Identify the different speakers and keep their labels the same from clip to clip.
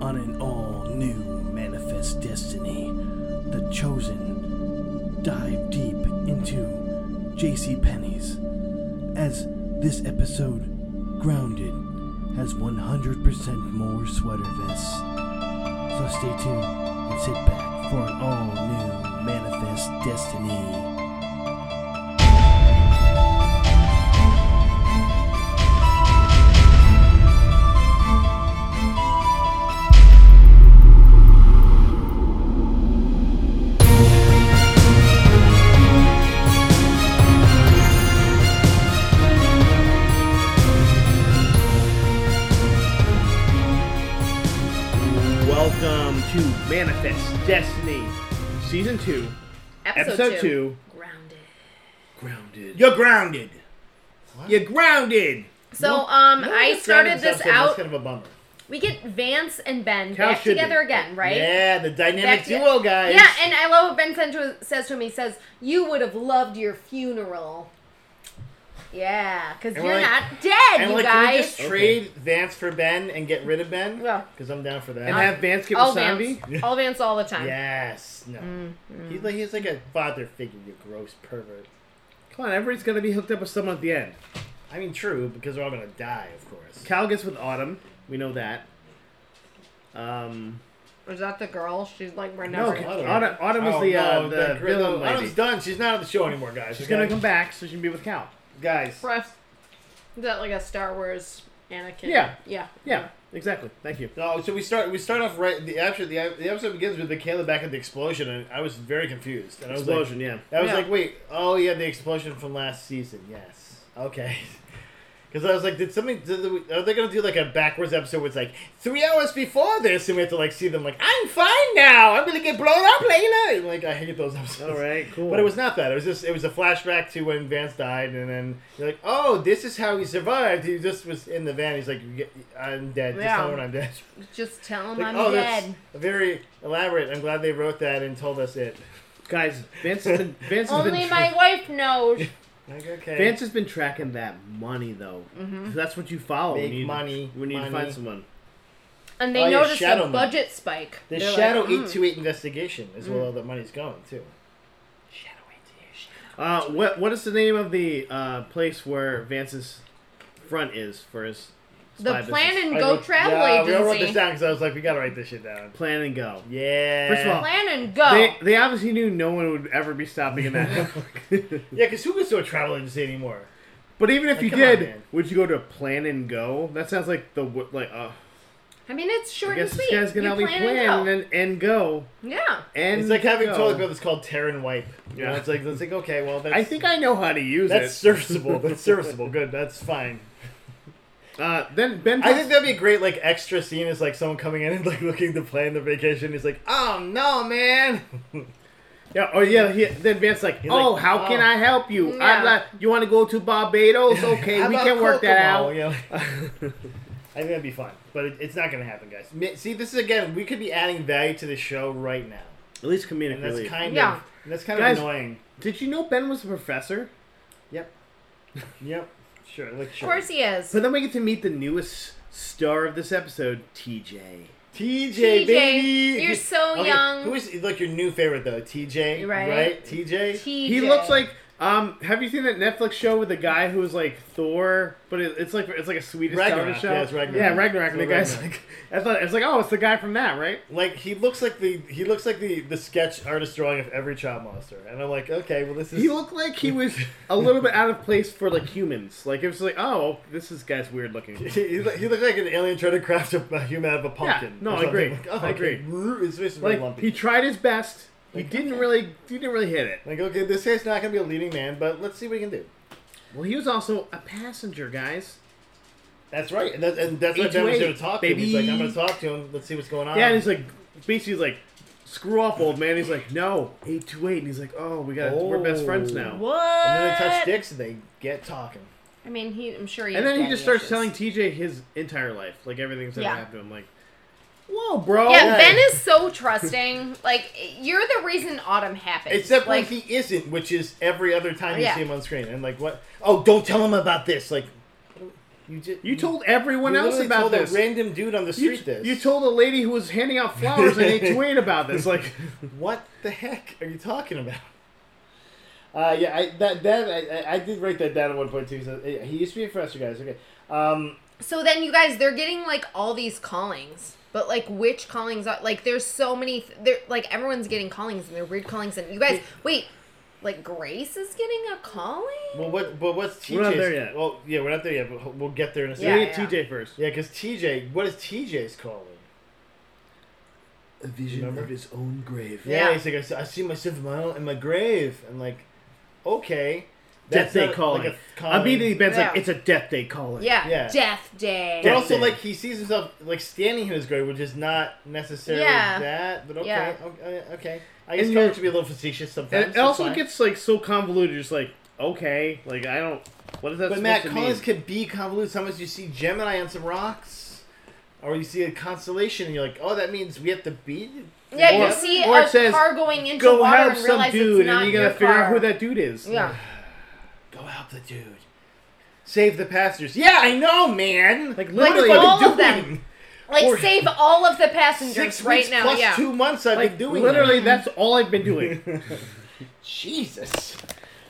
Speaker 1: on an all new manifest destiny. The Chosen dive deep into JC Penney's as this episode grounded has 100% more sweater vests. So stay tuned and sit back for an all new manifest destiny.
Speaker 2: Welcome to Manifest Destiny, Season 2, Episode, 2.
Speaker 3: Grounded.
Speaker 1: Grounded.
Speaker 2: You're grounded. You're grounded.
Speaker 3: So um,
Speaker 2: No one
Speaker 3: I
Speaker 2: gets grounded
Speaker 3: started
Speaker 2: in
Speaker 3: this
Speaker 2: episode, that's
Speaker 3: out.
Speaker 2: kind of a bummer.
Speaker 3: We get Vance and Ben
Speaker 2: Cal
Speaker 3: back
Speaker 2: should be.
Speaker 3: together again, right?
Speaker 2: Yeah, the dynamic
Speaker 3: Back to-
Speaker 2: duo, guys.
Speaker 3: Yeah, and I love what Ben said to, says to him. He says, "You would have loved your funeral." Yeah, because
Speaker 2: And
Speaker 3: you're
Speaker 2: we're like-
Speaker 3: not dead,
Speaker 2: And
Speaker 3: you
Speaker 2: like, can we
Speaker 3: guys.
Speaker 2: just trade Vance for Ben and get rid of Ben?
Speaker 3: Yeah.
Speaker 2: Because I'm down for that.
Speaker 1: And have Vance get
Speaker 3: all
Speaker 1: Wasabi?
Speaker 3: Vance, Mm-hmm. all Vance, all the time.
Speaker 2: yes. No. He's like he's like a father figure, you gross pervert.
Speaker 1: Come on, everybody's gonna be hooked up with someone at the end.
Speaker 2: I mean, true, because they're all gonna die, of course.
Speaker 1: Cal gets with Autumn. We know that. Um,
Speaker 3: Is that the girl? She's like we're
Speaker 1: no,
Speaker 3: never.
Speaker 2: okay.
Speaker 1: Autumn, Autumn, was
Speaker 2: Oh,
Speaker 1: the, uh,
Speaker 2: no,
Speaker 1: the
Speaker 2: that girl-
Speaker 1: villain lady.
Speaker 2: Autumn's done. She's not on the show anymore, guys.
Speaker 1: She's gonna come back, so she can be with Cal.
Speaker 2: guys.
Speaker 3: Press. Is that like a Star Wars Anakin?
Speaker 1: Yeah.
Speaker 3: Yeah.
Speaker 1: Yeah, exactly. Thank you.
Speaker 2: No, so we start. We start off right. The after the, the episode begins with the Caleb back at the explosion, and I was very confused. And I was like-
Speaker 1: Explosion, yeah.
Speaker 2: I was
Speaker 3: Yeah.
Speaker 2: like, wait, oh yeah, the explosion from last season. Yes, okay. Because I was like, did something? Did the, are they gonna do like a backwards episode? Where it's like three hours before this, and we have to like see them like, I'm fine now. I'm gonna get blown up later. Like I hate those episodes.
Speaker 1: All right, cool.
Speaker 2: But it was not that. It was just it was a flashback to when Vance died, and then you're like, oh, this is how he survived. He just was in the van. He's like, I'm dead. Just
Speaker 3: Yeah.
Speaker 2: tell me when I'm dead.
Speaker 3: Just tell him
Speaker 2: Like,
Speaker 3: I'm
Speaker 2: oh,
Speaker 3: dead.
Speaker 2: that's very elaborate. I'm glad they wrote that and told us it.
Speaker 1: guys. Vance has been Vance has
Speaker 3: Only
Speaker 1: been
Speaker 3: my wife knows.
Speaker 2: Like, okay.
Speaker 1: Vance has been tracking that money though.
Speaker 3: Mm-hmm.
Speaker 1: So that's what you follow.
Speaker 2: Make
Speaker 1: when you,
Speaker 2: money,
Speaker 1: When you
Speaker 2: money.
Speaker 1: find someone.
Speaker 3: And
Speaker 2: Oh,
Speaker 3: they
Speaker 2: yeah,
Speaker 3: noticed
Speaker 2: shadow
Speaker 3: a
Speaker 2: man.
Speaker 3: budget spike.
Speaker 2: The
Speaker 3: They're like, Hmm.
Speaker 2: Shadow
Speaker 3: "Mm,
Speaker 2: 828 investigation is where all the money's going, too.
Speaker 1: Uh, what what is the name of the uh, place where Vance's front is for his spy
Speaker 3: The plan
Speaker 1: business?
Speaker 3: and
Speaker 2: I
Speaker 3: go
Speaker 2: wrote-
Speaker 3: travel
Speaker 2: yeah, We all wrote this
Speaker 3: agency.
Speaker 2: down because I was like, we got to write this shit down.
Speaker 1: plan and go.
Speaker 2: Yeah.
Speaker 1: First of all,
Speaker 3: Plan and go.
Speaker 1: They they obviously knew no one would ever be stopping in that.
Speaker 2: yeah, because who goes to a travel agency anymore?
Speaker 1: but even if
Speaker 2: Like,
Speaker 1: you
Speaker 2: come on,
Speaker 1: did,
Speaker 2: man.
Speaker 1: would you go to plan and go? That sounds like the wo- like. Uh,
Speaker 3: I mean, it's short
Speaker 1: I guess
Speaker 3: and
Speaker 1: this
Speaker 3: sweet.
Speaker 1: guy's gonna
Speaker 3: you
Speaker 1: help me
Speaker 3: plan,
Speaker 1: plan
Speaker 3: and
Speaker 1: and and go
Speaker 3: go. Yeah.
Speaker 1: and
Speaker 2: It's like having
Speaker 1: go.
Speaker 2: toilet paper that's called tear and wipe. You know,
Speaker 1: Yeah.
Speaker 2: it's like, it's like, okay, well, that's,
Speaker 1: I think I know how to use
Speaker 2: that's
Speaker 1: it.
Speaker 2: serviceable. That's serviceable. Good. That's fine.
Speaker 1: Uh, then Ben.
Speaker 2: I think that'd be a great like extra scene is like someone coming in and like looking to plan their vacation. He's like, oh no, man.
Speaker 1: Yeah, oh yeah. He, then Vince's like,
Speaker 2: He's like,
Speaker 1: "Oh, how can
Speaker 2: oh.
Speaker 1: I help you?
Speaker 3: Yeah.
Speaker 1: I'm like, you want to go to Barbados? Okay,
Speaker 2: How
Speaker 1: we
Speaker 2: about
Speaker 1: can work that
Speaker 2: Kokomo?
Speaker 1: out."
Speaker 2: You know, I think that'd be fun, but it, it's not gonna happen, guys. Mi- See, this is again, we could be adding value to the show right now,
Speaker 1: At least comedic
Speaker 2: and that's
Speaker 1: relief.
Speaker 2: kind
Speaker 3: Yeah.
Speaker 2: of and that's kind
Speaker 1: Guys-
Speaker 2: of annoying.
Speaker 1: Did you know Ben was a professor?
Speaker 2: Yep. Yep. Sure. Like
Speaker 3: Of
Speaker 2: sure.
Speaker 3: course he is.
Speaker 1: But then we get to meet the newest star of this episode, TJ.
Speaker 2: TJ,
Speaker 3: TJ,
Speaker 2: baby.
Speaker 3: you're so
Speaker 2: Okay,
Speaker 3: young.
Speaker 2: Who is like your new favorite though? TJ.
Speaker 3: Right.
Speaker 2: Right. TJ.
Speaker 3: TJ.
Speaker 1: He looks like. Um, have you seen that Netflix show with the guy who was like Thor, but it, it's like it's like a Swedish
Speaker 2: Ragnarok,
Speaker 1: television show?
Speaker 2: yeah, it's Ragnarok.
Speaker 1: Yeah,
Speaker 2: It's
Speaker 1: Ragnarok. And the guy's
Speaker 2: Ragnarok.
Speaker 1: like, I thought it's like, oh, it's the guy from that, right?
Speaker 2: Like he looks like the he looks like the the sketch artist drawing of every child monster, and I'm like, okay, well this is
Speaker 1: He looked like he was a little bit out of place for like humans. Like it was like, oh, this is guy's weird looking.
Speaker 2: He, he looked- he looked like an alien trying to craft a, a human out of a pumpkin.
Speaker 1: no,
Speaker 2: or
Speaker 1: I
Speaker 2: something.
Speaker 1: agree.
Speaker 2: Like, oh,
Speaker 1: I agree.
Speaker 2: okay. His face is very
Speaker 1: Like
Speaker 2: lumpy.
Speaker 1: he tried his best. He
Speaker 2: Like,
Speaker 1: didn't
Speaker 2: okay.
Speaker 1: really he didn't really hit it.
Speaker 2: like, okay, this guy's not gonna be a leading man, but let's see what he can do.
Speaker 1: Well, he was also a passenger, guys.
Speaker 2: That's right, and, that, and that's what Ben was
Speaker 1: 828,
Speaker 2: there to talk to. Him. He's like,
Speaker 1: baby.
Speaker 2: I'm gonna talk to him. Let's see what's going on.
Speaker 1: Yeah, and he's like, basically he's like, screw off, old man. He's like, no, eight two eight, and he's like, oh, we got to we're best friends now.
Speaker 3: What?
Speaker 2: and then they touch dicks and they get talking.
Speaker 3: I mean, he. I'm sure he.
Speaker 1: And
Speaker 3: has
Speaker 1: then he
Speaker 3: daddy
Speaker 1: just starts
Speaker 3: issues.
Speaker 1: telling TJ his entire life, like everything's ever
Speaker 3: Yeah.
Speaker 1: happened to him. Like, whoa, bro.
Speaker 3: Yeah,
Speaker 2: yeah.
Speaker 3: Ben is so trusting. Like you're the reason Autumn happened.
Speaker 2: Except
Speaker 3: like
Speaker 2: when he isn't, which is every other time you
Speaker 3: Yeah.
Speaker 2: see him on screen. And like, what? Oh, don't tell him about this. Like, You just
Speaker 1: You told everyone else
Speaker 2: literally
Speaker 1: about
Speaker 2: told
Speaker 1: this.
Speaker 2: A random dude on the
Speaker 1: you,
Speaker 2: street this.
Speaker 1: you told a lady who was handing out flowers in 8 to 8 about this. Like,
Speaker 2: What the heck are you talking about? Uh, yeah, I, that that I- I, I did write that down at one point too. So eh, he used to be a professor, guys. Okay, um,
Speaker 3: So then you guys, they're getting like all these callings, but like which callings are like there's so many. th- They're like everyone's getting callings and they're weird callings. And you guys, wait, like Grace is getting a calling.
Speaker 2: well, what but what's TJ's?
Speaker 1: We're not there yet.
Speaker 2: Well, yeah, we're not there yet, but ho- we'll get there in a
Speaker 1: we
Speaker 2: second.
Speaker 1: need
Speaker 3: yeah.
Speaker 1: TJ first.
Speaker 2: Yeah, because TJ, what is TJ's calling?
Speaker 4: A vision
Speaker 2: Remember?
Speaker 4: of his own grave.
Speaker 2: Yeah,
Speaker 3: Yeah.
Speaker 2: he's like, I s- I see myself in my, own, in my grave, and like, okay,
Speaker 1: Death Day
Speaker 2: not,
Speaker 1: calling.
Speaker 2: Like a calling.
Speaker 1: Immediately, Ben's like,
Speaker 3: Yeah.
Speaker 1: it's a Death Day calling.
Speaker 3: Yeah,
Speaker 2: Yeah.
Speaker 3: Death Day.
Speaker 2: But
Speaker 1: Death
Speaker 2: also,
Speaker 1: Day.
Speaker 2: like, he sees himself like standing in his grave, which is not necessarily
Speaker 3: Yeah.
Speaker 2: that. But okay,
Speaker 3: Yeah.
Speaker 2: okay, uh, okay. I guess
Speaker 1: And
Speaker 2: color
Speaker 1: you're-
Speaker 2: should be a little facetious sometimes.
Speaker 1: And it
Speaker 2: that's
Speaker 1: also
Speaker 2: fine.
Speaker 1: gets like so convoluted. Just like okay, like I don't. What is that?
Speaker 2: But
Speaker 1: supposed
Speaker 2: Matt,
Speaker 1: to
Speaker 2: callings
Speaker 1: mean?
Speaker 2: could be convoluted. Sometimes you see Gemini on some rocks, or you see a constellation, and you're like, oh, that means we have to be.
Speaker 3: Yeah,
Speaker 1: Or-
Speaker 3: you see
Speaker 1: or it
Speaker 3: a
Speaker 1: says,
Speaker 3: car going into
Speaker 1: go
Speaker 3: water
Speaker 1: help
Speaker 3: and
Speaker 1: some
Speaker 3: realize
Speaker 1: dude,
Speaker 3: it's not
Speaker 1: and you
Speaker 3: your
Speaker 1: gotta figure
Speaker 3: car.
Speaker 1: out who that dude is.
Speaker 3: Yeah,
Speaker 2: Go help the dude. Save the passengers. Yeah, I know, man.
Speaker 1: Like,
Speaker 2: what
Speaker 1: literally-
Speaker 2: have I
Speaker 1: Like,
Speaker 2: been
Speaker 3: all of them.
Speaker 2: doing?
Speaker 3: like
Speaker 2: Or-
Speaker 3: save all of the passengers
Speaker 2: Six
Speaker 3: right
Speaker 2: weeks
Speaker 3: now.
Speaker 2: plus
Speaker 3: yeah,
Speaker 2: two months I've
Speaker 1: Like
Speaker 2: been doing.
Speaker 1: literally,
Speaker 2: that.
Speaker 1: that's all I've been doing.
Speaker 2: Jesus.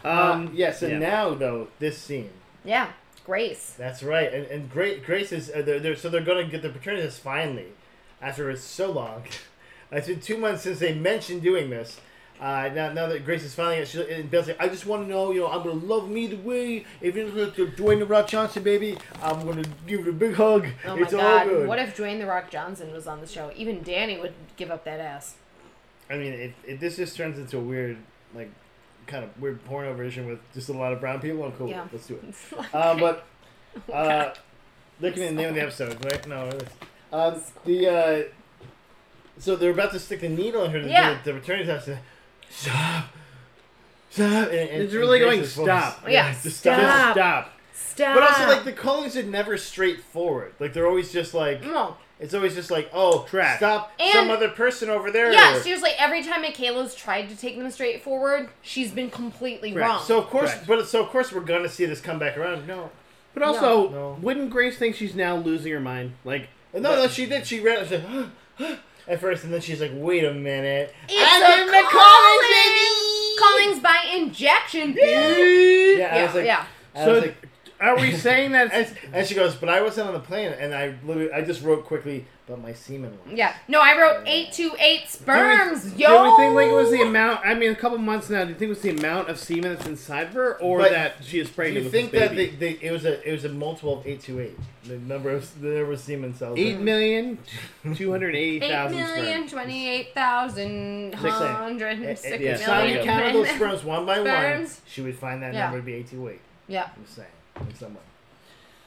Speaker 1: Um,
Speaker 2: Um, yes, and
Speaker 1: yeah.
Speaker 2: now though this scene.
Speaker 3: yeah, Grace.
Speaker 2: That's right, and and Grace, Grace is uh, they're, they're, so they're going to get their paternity test finally, after it's so long. it's been two months since they mentioned doing this. Uh, now, now that Grace is finally, she, and Bill's like, I just want to know, you know, I'm gonna love me the way, if you're not gonna Dwayne the Rock Johnson, baby, I'm gonna give you a big hug.
Speaker 3: Oh my
Speaker 2: it's all
Speaker 3: God!
Speaker 2: good.
Speaker 3: What if Dwayne the Rock Johnson was on the show? Even Danny would give up that ass.
Speaker 2: I mean, if, if this just turns into a weird, like, kind of weird porno version with just a lot of brown people, I'm cool. with it.
Speaker 3: Yeah.
Speaker 2: Let's do it.
Speaker 3: Like,
Speaker 2: Um, but uh, looking at the name of the episode, right? No, it was- um, the uh, so they're about to stick the needle in her to
Speaker 3: Yeah.
Speaker 2: do the, the return test. and- Stop! Stop! And, and-
Speaker 1: It's really
Speaker 2: and
Speaker 1: going,
Speaker 2: Grace's voice-
Speaker 1: "Stop."
Speaker 3: Yeah,
Speaker 2: just
Speaker 3: stop.
Speaker 1: Just stop.
Speaker 3: Stop.
Speaker 2: But also, like the callings are never straightforward. Like they're always just like
Speaker 3: No.
Speaker 2: it's always just like oh,
Speaker 1: Trash.
Speaker 2: stop
Speaker 3: Mm. And-
Speaker 2: some other person over there.
Speaker 3: Yeah, seriously, every time Michaela's tried to take them straight forward, she's been completely
Speaker 1: Correct.
Speaker 3: wrong.
Speaker 2: so of course,
Speaker 1: Correct.
Speaker 2: but so of course we're gonna see this come back around. No,
Speaker 1: But also,
Speaker 2: No.
Speaker 1: wouldn't Grace think she's now losing her mind? Like,
Speaker 2: No, no, she did. She ran. She said, at first, and then she's like, "Wait a minute,
Speaker 3: It's a
Speaker 2: the
Speaker 3: calling!
Speaker 2: baby."
Speaker 3: Callings by injection. bitch.
Speaker 2: Yeah, I
Speaker 3: Yeah,
Speaker 2: was like,
Speaker 3: yeah.
Speaker 2: I
Speaker 1: so
Speaker 2: was like,
Speaker 1: are we saying that?
Speaker 2: and, and she goes, "But I wasn't on the plane," and I literally, I just wrote quickly, "But my semen was."
Speaker 3: Yeah. No, I wrote 828 sperms,
Speaker 1: do we,
Speaker 3: yo.
Speaker 1: Do we think like it was the amount? I mean, a couple months now. Do you think it was the amount of semen that's inside of her, or
Speaker 2: But
Speaker 1: that she is
Speaker 2: Do
Speaker 1: pregnant?
Speaker 2: you
Speaker 1: with
Speaker 2: think
Speaker 1: this
Speaker 2: that they,
Speaker 1: baby?
Speaker 2: they, it was a it was a multiple of eight to eight? The number of the number of semen cells.
Speaker 1: eight million two hundred eighty
Speaker 3: 8
Speaker 1: thousand sperm?
Speaker 3: million, 28,000,
Speaker 2: Six, eight.
Speaker 3: 106
Speaker 2: If
Speaker 1: yeah.
Speaker 2: if Simon
Speaker 3: million.
Speaker 2: counted those sperms one by one,
Speaker 3: Sperms.
Speaker 2: she would find that
Speaker 3: Yeah.
Speaker 2: number to be eight to eight.
Speaker 3: Yeah.
Speaker 2: I'm saying, in some way.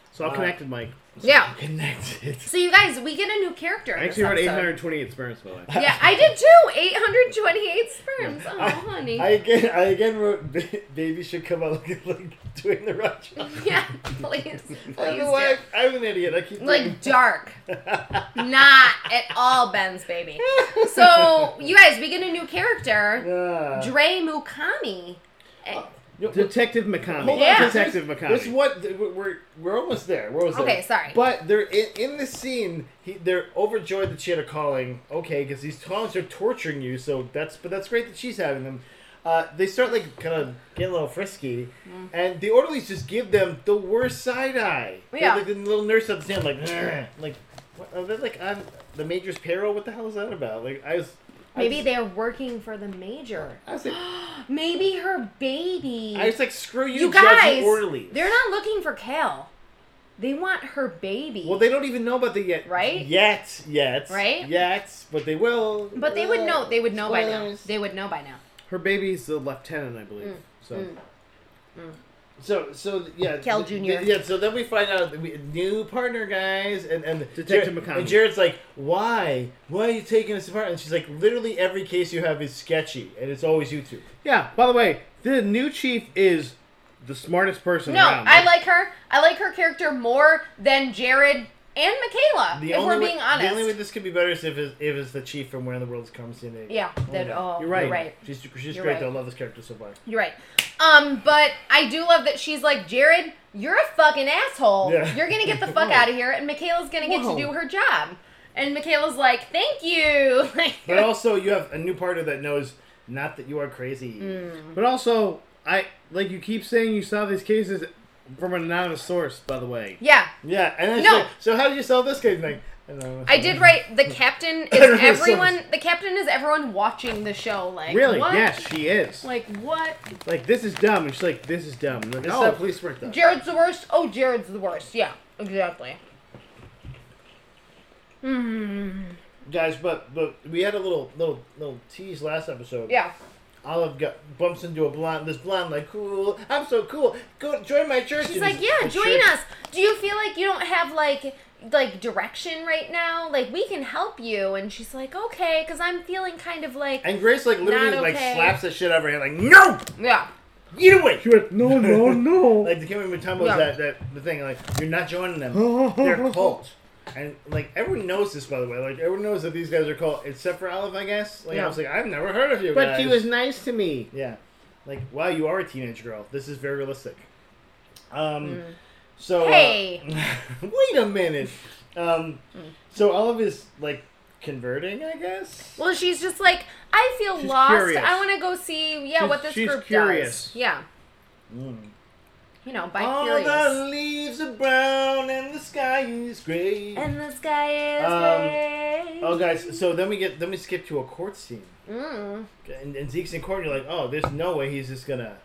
Speaker 1: It's all
Speaker 2: Uh,
Speaker 1: connected, Mike.
Speaker 3: Yeah.
Speaker 2: Connected.
Speaker 3: So you guys, we get a new character.
Speaker 1: I
Speaker 3: in this
Speaker 1: actually wrote eight
Speaker 2: uh,
Speaker 3: episode.
Speaker 1: hundred twenty-eight sperms, by the way.
Speaker 3: Yeah, I did too. 828 sperms. Oh, honey.
Speaker 2: I again, I again wrote, "Ba- "Baby should come out looking like doing the right job."
Speaker 3: yeah, please.
Speaker 2: I
Speaker 3: Please.
Speaker 2: know
Speaker 3: do.
Speaker 2: why I'm an idiot. I keep
Speaker 3: like dark not at all ben's baby so you guys we get a new character
Speaker 2: Yeah.
Speaker 3: Dre mukami Eh,
Speaker 1: Detective McCamey.
Speaker 2: Hold on,
Speaker 3: Yeah.
Speaker 2: there's-
Speaker 1: Detective
Speaker 2: There's
Speaker 1: McCamey.
Speaker 2: what we're, we're we're almost there. We're almost
Speaker 3: Okay,
Speaker 2: there.
Speaker 3: sorry.
Speaker 2: But they're in, in this scene. He, they're overjoyed that she had a calling. Okay, because these callings are torturing you. So that's but that's great that she's having them. Uh, they start like kind of getting a little frisky,
Speaker 3: Mm.
Speaker 2: and the orderlies just give them the worst side eye. They're
Speaker 3: Yeah.
Speaker 2: like the little nurse at the stand, like "Grr," like what, are they like on the major's payroll? What the hell is that about? Like I was I
Speaker 3: maybe
Speaker 2: was-
Speaker 3: they're working for the major
Speaker 2: I was like
Speaker 3: maybe her baby
Speaker 2: I was like screw you,
Speaker 3: you
Speaker 2: judge and
Speaker 3: guys
Speaker 2: orderlies.
Speaker 3: they're not looking for cal they want her baby
Speaker 2: Well, they don't even know about the yet.
Speaker 3: Right?
Speaker 2: Yet, yet.
Speaker 3: Right?
Speaker 2: Yet, but they will. uh,
Speaker 3: but they would know they would know by now
Speaker 2: Spoilers.
Speaker 3: they Mm, would know by now
Speaker 1: Her baby's the lieutenant, I
Speaker 3: Hmm.
Speaker 1: believe. So
Speaker 2: So, so yeah.
Speaker 3: mm. Cal
Speaker 2: th-
Speaker 3: Jr..
Speaker 2: th- yeah. So then we find out that we, new partner guys, and and
Speaker 1: Detective
Speaker 2: Jared,
Speaker 1: McConaughey.
Speaker 2: And Jared's like, "Why? Why are you taking us apart?" And she's like, "Literally every case you have is sketchy, and it's always you two.
Speaker 1: yeah. By the way, the new chief is the smartest person
Speaker 3: no
Speaker 1: around.
Speaker 3: i like her i like her character more than jared and Michaela.
Speaker 2: The
Speaker 3: if
Speaker 2: only
Speaker 3: we're
Speaker 2: way,
Speaker 3: being
Speaker 2: the
Speaker 3: honest.
Speaker 2: only way this could be better is if it's, if it's the chief from Where in the World's Comes in it.
Speaker 3: yeah, that oh,
Speaker 1: You're right.
Speaker 3: You're right.
Speaker 2: She's, she's
Speaker 3: You're
Speaker 2: great
Speaker 3: right.
Speaker 2: though. I love this character so far.
Speaker 3: You're right. Um, but I do love that she's like, Jared, you're a fucking asshole.
Speaker 2: Yeah.
Speaker 3: You're gonna get the fuck out of here, and Michaela's gonna get
Speaker 1: Whoa.
Speaker 3: to do her job. And Michaela's like, thank you. Like,
Speaker 2: But also, you have a new partner that knows not that you are crazy.
Speaker 3: Mm.
Speaker 1: But also, I like you keep saying you saw these cases from an anonymous source. By the way,
Speaker 3: yeah,
Speaker 2: Yeah, and then
Speaker 3: No.
Speaker 2: she's like, so how did you sell this case? And Like, I don't know.
Speaker 3: I did write the captain
Speaker 2: I don't
Speaker 3: is
Speaker 2: know,
Speaker 3: everyone.
Speaker 2: someone's-
Speaker 3: The captain is everyone watching the show. Like,
Speaker 1: really?
Speaker 3: What?
Speaker 1: Yes, she is. Like,
Speaker 3: Like what?
Speaker 1: this is dumb. And she's like, this is dumb. And I'm like,
Speaker 2: This is
Speaker 1: oh,
Speaker 2: how police work though.
Speaker 3: Jared's the worst. Oh, Jared's the worst. Yeah, exactly.
Speaker 2: Guys, but but we had a little little little tease last episode.
Speaker 3: Yeah.
Speaker 2: Olive got, bumps into a blonde. This blonde like, cool. I'm so cool. Go join my church.
Speaker 3: She's
Speaker 2: And
Speaker 3: like,
Speaker 2: this-
Speaker 3: yeah,
Speaker 2: the
Speaker 3: join
Speaker 2: church-
Speaker 3: us. Do you feel like you don't have like like direction right now? Like we can help you. And she's like, okay, because I'm feeling kind of like
Speaker 2: And Grace like literally
Speaker 3: Not
Speaker 2: like
Speaker 3: okay.
Speaker 2: slaps the shit out of her head like, no,
Speaker 3: yeah,
Speaker 2: get away.
Speaker 1: She went, no, no, no.
Speaker 2: Like the Kimmy Mutombo
Speaker 3: Yeah.
Speaker 2: that that the thing like you're not joining them. They're cult. And like everyone knows this by the way. Like everyone knows that these guys are cult except for Olive, I guess. Like I
Speaker 1: Yeah.
Speaker 2: was like, I've never heard of you.
Speaker 1: but
Speaker 2: guys.
Speaker 1: she was nice to me.
Speaker 2: Yeah. Like, wow, you are a teenage girl. This is very realistic. Um, so. uh,
Speaker 3: Hmm. Hey.
Speaker 2: wait a minute. Um, so Olive is, like, converting, I guess?
Speaker 3: Well, she's just like, I feel
Speaker 1: She's
Speaker 3: lost.
Speaker 1: curious.
Speaker 3: I want to go see, yeah,
Speaker 1: She's-
Speaker 3: what this
Speaker 1: she's
Speaker 3: group
Speaker 1: curious.
Speaker 3: does. Yeah. Mm. You know, by
Speaker 2: All
Speaker 3: curious.
Speaker 2: the leaves are brown and the sky is gray.
Speaker 3: And the sky is
Speaker 2: Um,
Speaker 3: gray.
Speaker 2: oh, guys, so then we get, then we skip to a court scene.
Speaker 3: Mm.
Speaker 2: And, and Zeke's in court, and you're like, oh, there's no way he's just gonna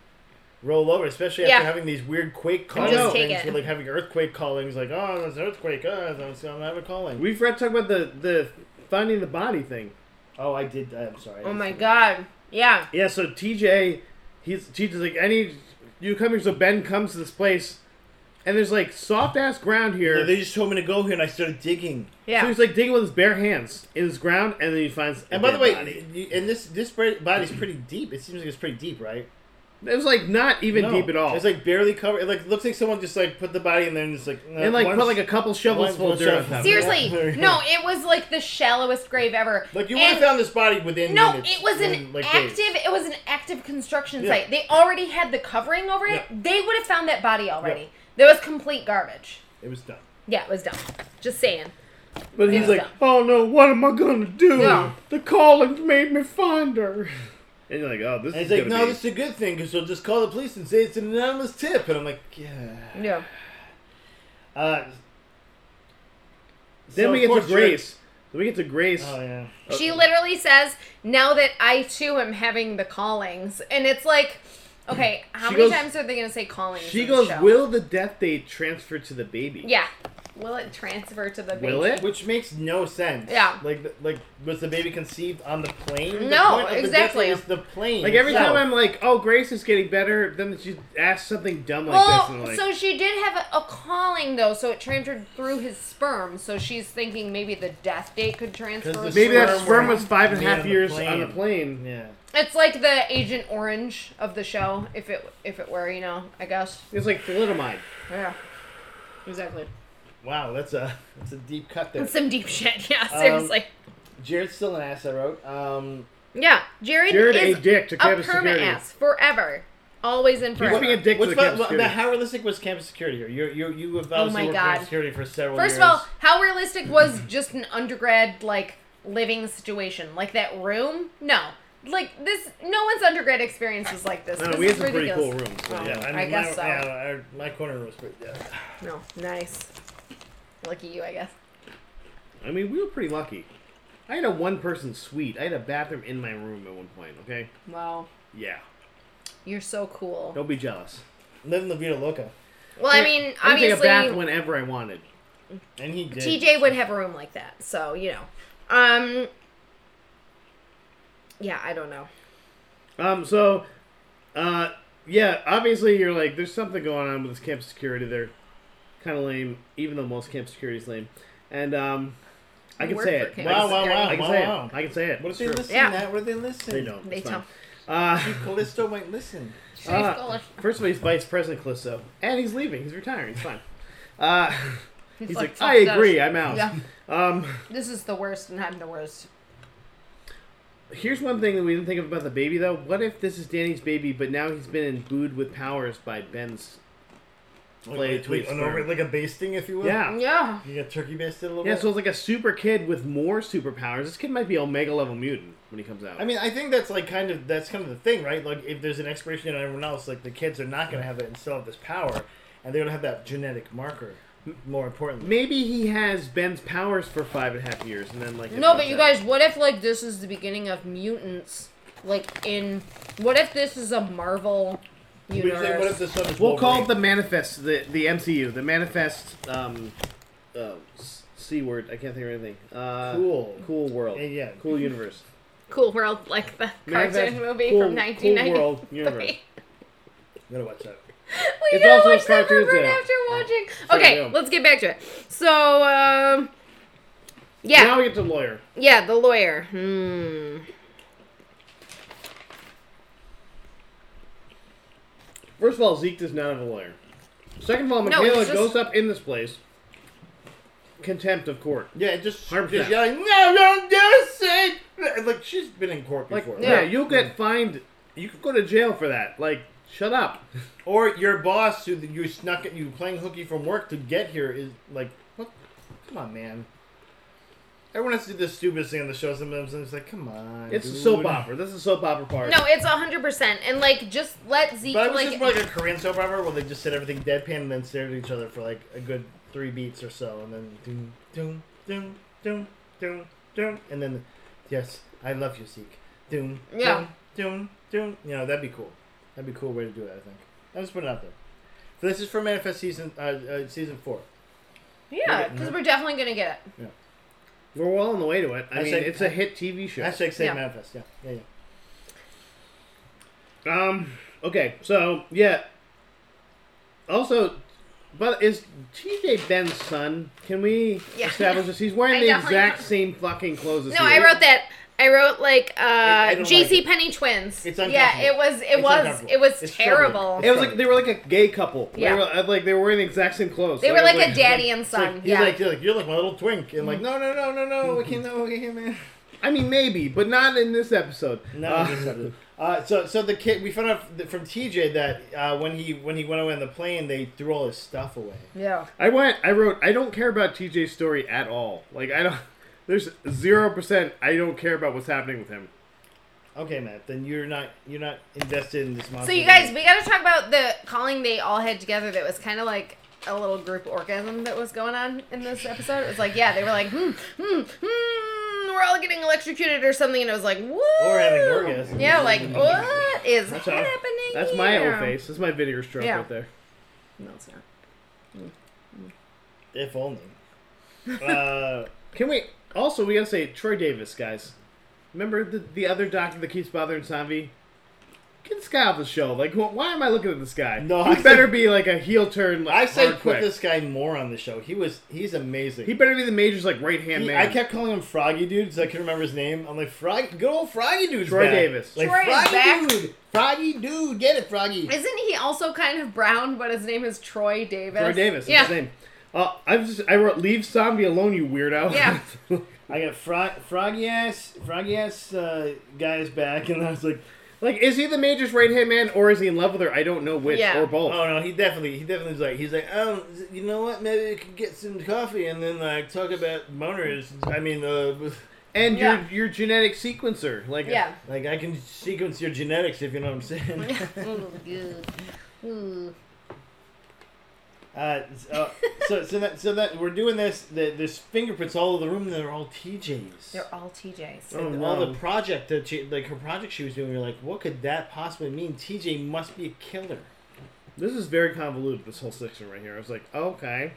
Speaker 2: roll over, especially after
Speaker 3: Yeah.
Speaker 2: having these weird quake
Speaker 1: just
Speaker 2: calling
Speaker 3: take
Speaker 2: things,
Speaker 3: it.
Speaker 2: with, like having earthquake callings, like, oh, there's an earthquake, oh, it's gonna have a calling.
Speaker 1: We forgot to talk about the the finding the body thing.
Speaker 2: Oh, I did. I'm sorry.
Speaker 3: Oh my god. Yeah.
Speaker 1: Yeah, so TJ, he's TJ's like, I need you to come here. So Ben comes to this place, and there's like soft ass ground here.
Speaker 2: They just told me to go here, and I started digging.
Speaker 3: Yeah.
Speaker 1: So he's like digging with his bare hands in his ground, and then he finds. a
Speaker 2: And by the
Speaker 1: dead
Speaker 2: way,
Speaker 1: body.
Speaker 2: you, and this this bra- body's pretty deep. It seems like it's pretty deep, right?
Speaker 1: it was like not even
Speaker 2: No.
Speaker 1: deep at all.
Speaker 2: It's like barely covered. It like looks like someone just like put the body in there and just like uh,
Speaker 1: and like
Speaker 2: one-
Speaker 1: put like a couple shovels
Speaker 2: one-
Speaker 1: full
Speaker 2: one
Speaker 1: of dirt on
Speaker 2: shovel.
Speaker 1: top. of it.
Speaker 3: Seriously,
Speaker 2: Yeah.
Speaker 3: no, it was like the shallowest grave ever.
Speaker 2: like you would
Speaker 3: And-
Speaker 2: have found this body within
Speaker 3: No,
Speaker 2: minutes,
Speaker 3: it was an
Speaker 2: within, like, days.
Speaker 3: active. It was an active construction
Speaker 2: Yeah.
Speaker 3: site. They already had the covering over it.
Speaker 2: Yeah.
Speaker 3: They would have found that body already.
Speaker 2: Yeah.
Speaker 3: There was complete garbage.
Speaker 2: It was done.
Speaker 3: Yeah, it was dumb. Just saying.
Speaker 1: But he's
Speaker 3: Yeah.
Speaker 1: like, oh no, what am I gonna do?
Speaker 3: Yeah.
Speaker 1: The calling made me find her. And you're like, oh, this
Speaker 2: And
Speaker 1: is
Speaker 2: he's like,
Speaker 1: gonna
Speaker 2: no,
Speaker 1: be.
Speaker 2: this is a good thing because they'll just call the police and say it's an anonymous tip. And I'm like, yeah.
Speaker 3: Yeah.
Speaker 2: Uh,
Speaker 1: then
Speaker 2: so
Speaker 1: we
Speaker 2: of
Speaker 1: get to
Speaker 2: course you're-
Speaker 1: Grace. Then we get to Grace.
Speaker 2: Oh yeah.
Speaker 3: She literally says, "Now that I too am having the callings," and it's like, okay, how
Speaker 1: She
Speaker 3: many
Speaker 1: goes-
Speaker 3: times are they gonna say callings?
Speaker 1: She
Speaker 3: in
Speaker 1: goes,
Speaker 3: the show?
Speaker 1: will the death date transfer to the baby?
Speaker 3: Yeah. Will it transfer to the baby?
Speaker 1: Will it?
Speaker 2: Which makes no sense.
Speaker 3: Yeah.
Speaker 2: Like, th- like was the baby conceived on the plane? The
Speaker 3: No,
Speaker 2: point of the
Speaker 3: exactly.
Speaker 2: Disney Is the plane.
Speaker 1: Like every time
Speaker 2: itself.
Speaker 1: I'm like, oh, Grace is getting better, then she asks something dumb like this, and
Speaker 3: Well,
Speaker 1: I'm like,
Speaker 3: so she did have a, a calling though, so it transferred through his sperm. So she's thinking maybe the death date could transfer.
Speaker 2: the
Speaker 1: maybe that
Speaker 2: sperm
Speaker 1: sperm
Speaker 2: were
Speaker 1: was five and a
Speaker 2: made
Speaker 1: half
Speaker 2: on the
Speaker 1: years
Speaker 2: plane.
Speaker 1: on the plane.
Speaker 2: yeah.
Speaker 3: It's like the Agent Orange of the show, if it if it were, you know, I guess.
Speaker 1: It's like thalidomide.
Speaker 3: Yeah. Exactly.
Speaker 2: Wow, that's a that's a deep cut there.
Speaker 3: It's some deep shit. Yeah,
Speaker 1: Um,
Speaker 3: seriously.
Speaker 2: Jared's still an ass. I wrote. Um,
Speaker 3: yeah, Jared,
Speaker 1: Jared
Speaker 3: is
Speaker 1: a dick to
Speaker 3: a
Speaker 1: campus
Speaker 3: permanent
Speaker 1: security.
Speaker 3: ass forever, always and
Speaker 1: He's being
Speaker 3: forever.
Speaker 1: a dick to
Speaker 2: which,
Speaker 1: the
Speaker 2: but,
Speaker 1: campus
Speaker 2: well, now,
Speaker 1: security.
Speaker 2: how realistic was campus security here? You you you have obviously
Speaker 3: Oh my
Speaker 2: worked campus
Speaker 3: God.
Speaker 2: security for several.
Speaker 3: First of
Speaker 2: years.
Speaker 3: all, how realistic was just an undergrad like living situation, like that room? No, like this. No one's undergrad experience is like this.
Speaker 1: No,
Speaker 3: this
Speaker 1: we had
Speaker 3: is
Speaker 1: some pretty
Speaker 3: ridiculous.
Speaker 1: cool rooms. so
Speaker 3: Oh.
Speaker 1: yeah.
Speaker 2: yeah, I, mean,
Speaker 3: I guess
Speaker 2: my,
Speaker 3: so.
Speaker 2: Yeah, I- my corner was pretty. Yeah.
Speaker 3: No, nice. Lucky you, I guess.
Speaker 1: I mean, we were pretty lucky. I had a one-person suite. I had a bathroom in my room at one point. Okay.
Speaker 3: Wow,
Speaker 1: Yeah.
Speaker 3: you're so cool.
Speaker 1: Don't be jealous.
Speaker 2: Living la vida loca,
Speaker 3: Well, I mean,
Speaker 1: I could take a
Speaker 3: obviously,
Speaker 1: bath whenever I wanted.
Speaker 2: and he did.
Speaker 3: TJ would have a room like that, so you know. Um. Yeah, I don't know.
Speaker 1: Um. So, uh, yeah. Obviously, you're like, there's something going on with this campus security. They're kind of lame, even though most campus security is lame. And um, I can
Speaker 3: Work
Speaker 1: say
Speaker 3: for
Speaker 1: it.
Speaker 3: campus
Speaker 1: I
Speaker 2: Wow,
Speaker 1: can-
Speaker 2: wow,
Speaker 3: Security.
Speaker 2: wow,
Speaker 1: I can
Speaker 2: wow,
Speaker 1: say
Speaker 2: wow.
Speaker 1: it. I can say it.
Speaker 2: What if
Speaker 1: It's
Speaker 2: they
Speaker 1: true.
Speaker 2: listen?
Speaker 3: Yeah.
Speaker 2: At? What if they listen?
Speaker 1: They don't.
Speaker 3: They
Speaker 1: It's
Speaker 3: don't.
Speaker 1: fine. Uh,
Speaker 2: Callisto might listen.
Speaker 1: uh, first of all, he's vice president Clisso, and he's leaving. He's retiring. It's fine. Uh, He's
Speaker 3: like,
Speaker 1: like,
Speaker 3: "Fuck
Speaker 1: I
Speaker 3: that."
Speaker 1: agree. I'm out.
Speaker 3: Yeah,
Speaker 1: Um,
Speaker 3: this is the worst, and I'm the worst.
Speaker 1: here's one thing that we didn't think of about the baby though. What if this is Danny's baby, but now he's been imbued with powers by Ben's? Play
Speaker 2: Like, like,
Speaker 1: tweets
Speaker 2: an
Speaker 1: for-
Speaker 2: over, like a basting, if you will.
Speaker 1: Yeah.
Speaker 3: Yeah,
Speaker 2: You got turkey basted a little
Speaker 1: Yeah,
Speaker 2: bit.
Speaker 1: so it's like a super kid with more superpowers. This kid might be Omega level mutant when he comes out.
Speaker 2: I mean, I think that's like kind of that's kind of the thing, right? Like, if there's an expiration on everyone else, like the kids are not going to have it and still have this power, and they're going to have that genetic marker. More importantly,
Speaker 1: maybe he has Ben's powers for five and a half years, and then like it
Speaker 3: no, but
Speaker 1: comes
Speaker 3: you
Speaker 1: out.
Speaker 3: guys, what if like this is the beginning of mutants? Like in, what if this is a Marvel
Speaker 2: We'd say, what if
Speaker 3: universe?
Speaker 2: this one is
Speaker 1: we'll call it the
Speaker 2: Wolverine?
Speaker 1: manifest, the the MCU, the manifest. Um, uh, s- c word. I can't think of anything. Uh,
Speaker 2: Cool.
Speaker 1: cool world.
Speaker 2: Yeah, yeah.
Speaker 1: cool universe.
Speaker 3: Cool World, like the
Speaker 1: Manifest
Speaker 3: cartoon movie
Speaker 1: cool-
Speaker 3: from
Speaker 1: Cool world
Speaker 3: 1993.
Speaker 1: universe.
Speaker 2: I'm gonna watch that.
Speaker 3: We
Speaker 1: It's
Speaker 3: gotta
Speaker 1: also
Speaker 3: watch that
Speaker 1: cartoons
Speaker 3: rubber
Speaker 1: now.
Speaker 3: after watching.
Speaker 1: Sure,
Speaker 3: okay,
Speaker 1: yeah.
Speaker 3: let's get back to it. So, um, yeah,
Speaker 1: Now we get to lawyer.
Speaker 3: yeah, the lawyer. Hmm.
Speaker 1: First of all, Zeke does not have a lawyer. Second of all,
Speaker 3: No,
Speaker 1: Michaela
Speaker 3: it's just-
Speaker 1: goes up in this place. Contempt of court.
Speaker 2: Yeah, it just,
Speaker 1: Harm
Speaker 2: just
Speaker 1: theft.
Speaker 2: yelling, no, don't do it. And, Like she's been in court
Speaker 1: Like,
Speaker 2: before,
Speaker 3: Yeah.
Speaker 1: yeah, you'll get fined. You could go to jail for that. Like, shut up.
Speaker 2: or your boss who you snuck you playing hooky from work to get here is like, what? Come on, man. Everyone has to do the stupidest thing on the show sometimes, and it's like, come on.
Speaker 1: It's a
Speaker 2: dude.
Speaker 1: soap opera. This is a soap opera part.
Speaker 3: No, it's hundred percent, and like just let Zeke
Speaker 2: But I was
Speaker 3: like,
Speaker 2: just more like a Korean soap opera where they just said everything deadpan and then stared at each other for like a good three beats or so, and then doom, doom, doom, doom, doom, doom, and then yes, I love you, Zeke. Doom,
Speaker 3: Yeah.
Speaker 2: doom, doom, doom. You know that'd be cool. That'd be a cool way to do it. I think. I just put it out there. So this is for Manifest season uh, uh, season four.
Speaker 3: yeah, because we're definitely gonna get it.
Speaker 1: We're well on the way to it. I,
Speaker 2: I
Speaker 1: mean,
Speaker 2: said-
Speaker 1: it's a hit TV show.
Speaker 2: Hashtag say
Speaker 3: Yeah.
Speaker 2: Manifest. Yeah, yeah, yeah.
Speaker 1: Um. Okay. So yeah. Also, but is TJ Ben's son? Can we
Speaker 3: Yeah.
Speaker 1: establish this? He's wearing
Speaker 3: I
Speaker 1: the
Speaker 3: definitely-
Speaker 1: exact same fucking clothes. As
Speaker 3: No,
Speaker 1: he
Speaker 3: I
Speaker 1: is.
Speaker 3: wrote that. I wrote like
Speaker 2: I
Speaker 3: uh,
Speaker 2: don't like
Speaker 3: J.C. Penny twins.
Speaker 2: It's
Speaker 3: yeah,
Speaker 2: uncomfortable.
Speaker 3: it was. It
Speaker 2: It's
Speaker 3: was.
Speaker 2: uncomfortable.
Speaker 3: It was
Speaker 2: It's
Speaker 3: terrible.
Speaker 2: troubling.
Speaker 1: It was like they were like a gay couple.
Speaker 3: Yeah.
Speaker 1: They were, uh, like they were wearing the exact same clothes.
Speaker 3: They
Speaker 1: So
Speaker 3: were
Speaker 1: it was
Speaker 3: like a daddy and
Speaker 2: It's like-
Speaker 3: son.
Speaker 2: he's
Speaker 3: yeah. Mm-hmm.
Speaker 2: like, you're like, you're like my little twink, and like, no, no, no, no, no, we can't, no, we can't, man.
Speaker 1: I mean, maybe, but not in this episode.
Speaker 2: No,
Speaker 1: Uh,
Speaker 2: we just have it. uh, so so the kid we found out th- from TJ that uh, when he when he went away on the plane, they threw all his stuff away.
Speaker 3: yeah.
Speaker 1: I went. I wrote. I don't care about TJ's story at all. Like I don't. There's zero percent. I don't care about what's happening with him.
Speaker 2: Okay, Matt, then you're not you're not invested in this monster.
Speaker 3: So you guys, we gotta talk about the calling they all had together. That was kind of like a little group orgasm that was going on in this episode. It was like, yeah, they were like, hmm, hmm, hmm, we're all getting electrocuted or something, and it was like, what?
Speaker 2: Or having orgasms.
Speaker 3: Yeah, like what is
Speaker 1: That's all-
Speaker 3: happening?
Speaker 1: That's my
Speaker 3: here?
Speaker 1: old face. That's my vinegar stroke
Speaker 3: Yeah.
Speaker 1: right there.
Speaker 3: No, it's not.
Speaker 2: if only. Uh,
Speaker 1: Can we also we gotta say Troy Davis, guys. Remember the the other doctor that keeps bothering Savi? Get this guy off the show. Like, wh- why am I looking at this guy?
Speaker 2: No,
Speaker 1: he
Speaker 2: I said-
Speaker 1: better be like a heel turn. Like,
Speaker 2: I say
Speaker 1: hard
Speaker 2: put
Speaker 1: quick.
Speaker 2: this guy more on the show. He was he's amazing.
Speaker 1: He better be the major's like right hand
Speaker 2: He-
Speaker 1: man.
Speaker 2: I kept calling him Froggy Dude, so I couldn't remember his name. I'm like Frog, good old Froggy Dude.
Speaker 1: Troy Davis.
Speaker 2: Like
Speaker 3: Troy is
Speaker 2: Froggy
Speaker 3: back.
Speaker 2: Dude, Froggy Dude, get it, Froggy.
Speaker 3: Isn't he also kind of brown, but his name is Troy Davis?
Speaker 1: Troy Davis. That's
Speaker 3: Yeah.
Speaker 1: his name. Uh, I just I wrote leave Zombie alone, you weirdo.
Speaker 3: Yeah.
Speaker 2: I got frog, froggy ass, froggy ass uh, guys back, and I was like,
Speaker 1: like, is he the major's right hand man, or is he in love with her? I don't know which
Speaker 3: Yeah.
Speaker 1: or both.
Speaker 2: Oh no, he definitely, he definitely was like, he's like, oh, you know what? Maybe we could get some coffee and then like talk about boners. I mean, uh,
Speaker 1: and
Speaker 3: Yeah.
Speaker 1: your your genetic sequencer. Like,
Speaker 3: Yeah.
Speaker 2: like I can sequence your genetics if you know what I'm saying.
Speaker 3: Ooh, good. Ooh.
Speaker 2: Uh, s- uh, so so that so that we're doing this. The, there's fingerprints all over the room. and They're all TJs.
Speaker 3: They're all TJs.
Speaker 1: Oh,
Speaker 2: and
Speaker 1: no.
Speaker 2: all the project that she, like her project she was doing, you're like, what could that possibly mean? TJ must be a killer.
Speaker 1: This is very convoluted. This whole section right here. I was like, okay.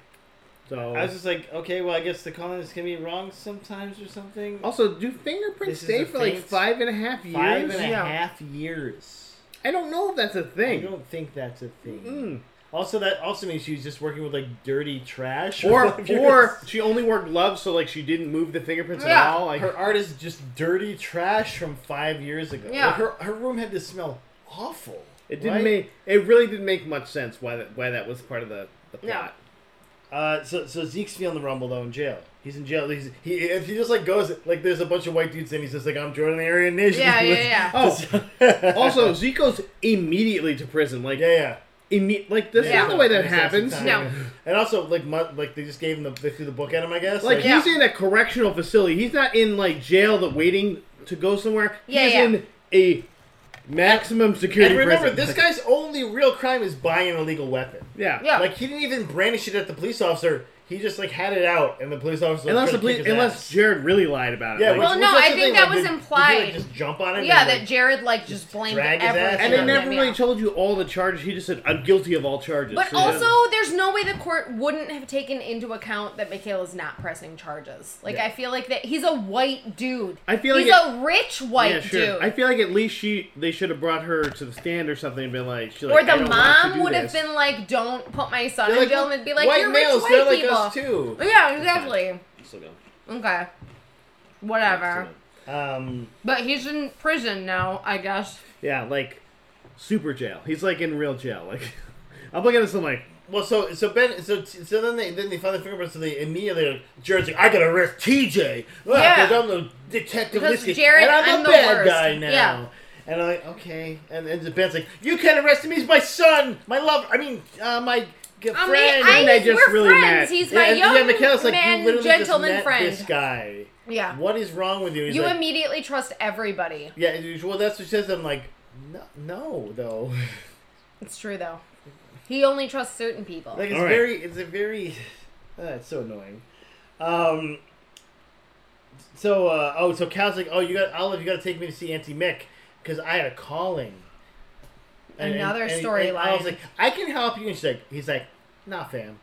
Speaker 1: So
Speaker 2: I was just like, okay, well, I guess the calling is gonna be wrong sometimes or something.
Speaker 1: Also, do fingerprints
Speaker 2: This is
Speaker 1: stay
Speaker 2: a
Speaker 1: for like
Speaker 2: faint-
Speaker 1: five and a half years?
Speaker 2: Five and a half
Speaker 3: Yeah.
Speaker 2: years.
Speaker 1: I don't know if that's a
Speaker 2: I
Speaker 1: thing.
Speaker 2: don't think that's a thing.
Speaker 1: Mm.
Speaker 2: Also, that also means she was just working with like dirty trash.
Speaker 1: Or
Speaker 2: five
Speaker 1: or
Speaker 2: years.
Speaker 1: she only wore gloves, so like she didn't move the fingerprints at
Speaker 3: Yeah.
Speaker 1: all. Like
Speaker 2: her art is just dirty trash from five years ago.
Speaker 3: Yeah.
Speaker 2: Like, her her room had to smell awful.
Speaker 1: it didn't
Speaker 2: right?
Speaker 1: make it really didn't make much sense why that why that was part of the, the
Speaker 3: No.
Speaker 1: plot.
Speaker 2: Uh, so so Zeke's feeling the rumble though in jail. He's in jail. He's he if he just like goes like there's a bunch of white dudes and he's just like I'm joining the Aryan Nation.
Speaker 3: Yeah, yeah,
Speaker 1: Oh, also, Zeke goes immediately to prison. Like,
Speaker 2: yeah, yeah.
Speaker 1: imme- like this
Speaker 3: Yeah.
Speaker 1: is the way that
Speaker 2: That's awesome
Speaker 1: happens.
Speaker 2: time.
Speaker 3: No.
Speaker 2: And also like mu- like they just gave him the they threw the book at him I guess.
Speaker 1: Like
Speaker 3: Yeah.
Speaker 1: he's in a correctional facility. He's not in like jail that waiting to go somewhere.
Speaker 3: Yeah,
Speaker 1: he's
Speaker 3: yeah.
Speaker 1: in a maximum security
Speaker 2: and remember
Speaker 1: prison.
Speaker 2: this guy's only real crime is buying an illegal weapon.
Speaker 1: yeah.
Speaker 3: Yeah.
Speaker 2: Like he didn't even brandish it at the police officer. He just like had it out, and the police officer.
Speaker 1: Unless
Speaker 2: tried
Speaker 1: the
Speaker 2: to kick his
Speaker 1: police, unless
Speaker 2: ass.
Speaker 1: Jared really lied about it.
Speaker 2: yeah.
Speaker 1: Like,
Speaker 2: which-
Speaker 3: Well,
Speaker 2: which
Speaker 3: no,
Speaker 2: that's
Speaker 3: I
Speaker 2: the
Speaker 3: think
Speaker 2: thing, like,
Speaker 3: that was
Speaker 2: did- did he,
Speaker 3: implied.
Speaker 2: like, just jump on it.
Speaker 3: yeah,
Speaker 2: and,
Speaker 3: that
Speaker 2: like,
Speaker 3: Jared like just blamed
Speaker 2: drag his ass
Speaker 3: everything.
Speaker 1: and they
Speaker 2: Yeah.
Speaker 1: never really
Speaker 3: Yeah.
Speaker 1: told you all the charges. He just said, "I'm guilty of all charges."
Speaker 3: But
Speaker 1: So, yeah.
Speaker 3: also, there's no way the court wouldn't have taken into account that Michaela's not pressing charges. Like, I feel like that he's a white dude.
Speaker 1: I feel
Speaker 3: he's
Speaker 1: like
Speaker 3: a rich white
Speaker 1: yeah, sure.
Speaker 3: dude.
Speaker 1: I feel like at least she they should have brought her to the stand or something and been like, she,
Speaker 3: or
Speaker 1: like, I
Speaker 3: the
Speaker 1: don't want to
Speaker 3: mom
Speaker 1: do
Speaker 3: would have
Speaker 1: this.
Speaker 3: been like, "Don't put my son
Speaker 2: They're "Oh,
Speaker 3: in jail," and be like,
Speaker 2: white
Speaker 3: "You're
Speaker 2: males,
Speaker 3: rich
Speaker 2: they're
Speaker 3: white
Speaker 2: like
Speaker 3: people."
Speaker 2: us too.
Speaker 3: Yeah, exactly.
Speaker 1: Still going.
Speaker 3: Okay, whatever.
Speaker 2: Um,
Speaker 3: But he's in prison now, I guess.
Speaker 1: Yeah, like super jail. He's like in real jail. Like I'm looking at this, I'm like,
Speaker 2: well, so so Ben, so so then they then they find the fingerprints, so they immediately are- Jared's like, I gotta arrest TJ
Speaker 3: Yeah.
Speaker 2: because I'm the detective. this
Speaker 3: Because
Speaker 2: guy,
Speaker 3: Jared,
Speaker 2: and I'm,
Speaker 3: I'm
Speaker 2: a
Speaker 3: the
Speaker 2: bad
Speaker 3: worst."
Speaker 2: guy now.
Speaker 3: Yeah.
Speaker 2: And I'm like, okay. And and Ben's like, you can't arrest me. He's my son, my lover. I mean, uh, my g-
Speaker 3: I
Speaker 2: friend.
Speaker 3: mean, I,
Speaker 1: and they just
Speaker 3: we're
Speaker 1: really
Speaker 3: friends.
Speaker 1: met.
Speaker 3: He's
Speaker 2: yeah,
Speaker 3: my
Speaker 2: and,
Speaker 3: young
Speaker 2: yeah, Michaela's like, you
Speaker 3: man,
Speaker 2: literally just
Speaker 3: gentleman
Speaker 2: met
Speaker 3: friend.
Speaker 2: This guy.
Speaker 3: Yeah,
Speaker 2: What is wrong with you? He's
Speaker 3: you
Speaker 2: like,
Speaker 3: immediately trust everybody.
Speaker 2: yeah. and- Well, that's what she says. I'm like, no, no though.
Speaker 3: It's true though. He only trusts certain people.
Speaker 2: Like it's
Speaker 1: All right.
Speaker 2: very, it's a very, uh, it's so annoying. Um. So uh, oh, so Cal's like, oh, you got Olive, you got to take me to see Auntie Mick because I had a calling.
Speaker 3: Another
Speaker 2: and Olive's
Speaker 3: storyline.
Speaker 2: like, I can help you, and she's like, he's like, nah, fam.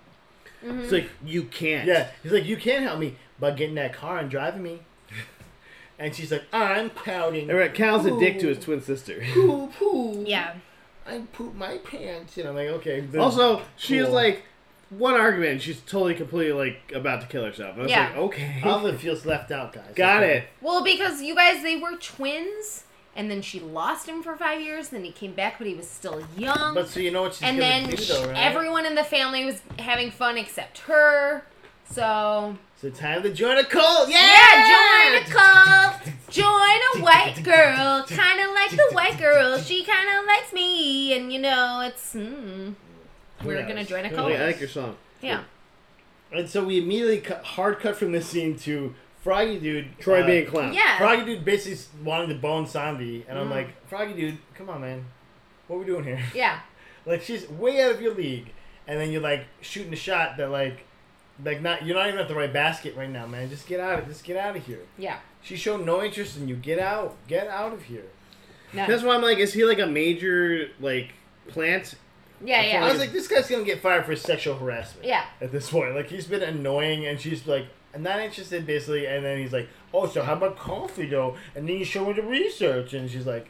Speaker 3: Mm-hmm.
Speaker 1: it's like you can't.
Speaker 2: Yeah, he's like, you can help me by getting that car and driving me. and she's like, I'm pouting.
Speaker 1: All right, Cal's a dick to his
Speaker 2: Ooh.
Speaker 1: twin sister.
Speaker 2: Poo poo.
Speaker 3: yeah.
Speaker 2: I poop my pants, and I'm like, okay. this-
Speaker 1: also, she's
Speaker 2: Cool.
Speaker 1: like one argument. and She's totally, completely like about to kill herself. I was
Speaker 3: Yeah.
Speaker 1: like, okay,
Speaker 2: Olive feels left out, guys.
Speaker 1: got
Speaker 2: Okay.
Speaker 1: it.
Speaker 3: Well, because you guys, they were twins, and then she lost him for five years. Then he came back, but he was still young.
Speaker 2: But so you know what she's
Speaker 3: and
Speaker 2: gonna
Speaker 3: then
Speaker 2: do,
Speaker 3: sh-
Speaker 2: though, right?
Speaker 3: everyone in the family was having fun except her. So
Speaker 2: So time to join a cult. Yeah,
Speaker 3: yeah, join a cult, join a white girl, kind of like the white girl. She kind of likes me, and you know it's. Mm, we're
Speaker 2: knows?
Speaker 3: gonna join a
Speaker 2: Who
Speaker 1: I
Speaker 3: cult.
Speaker 1: like, I
Speaker 2: knows?
Speaker 1: like your song.
Speaker 3: Yeah.
Speaker 2: And so we immediately cut, hard cut from this scene to Froggy Dude,
Speaker 1: Troy
Speaker 2: uh,
Speaker 1: being a clown.
Speaker 3: Yeah. Mm.
Speaker 2: Froggy Dude basically s- wanting to bone Zombie, and I'm like, Froggy Dude, come on, man, what are we doing here?
Speaker 3: Yeah.
Speaker 2: like she's way out of your league, and then you're like shooting a shot that like, like not you're not even at the right basket right now, man. Just get out of just get out of here.
Speaker 3: Yeah.
Speaker 2: She showed no interest in you. Get out, get out of here.
Speaker 3: No.
Speaker 1: That's why I'm like, is he like a major like plant?
Speaker 3: yeah. Yeah.
Speaker 2: I was like, this guy's gonna get fired for sexual harassment.
Speaker 3: Yeah.
Speaker 2: At this point, like he's been annoying, and she's like not interested, basically. And then he's like, "Oh, so how about coffee though?" And then you show her the research, and she's like,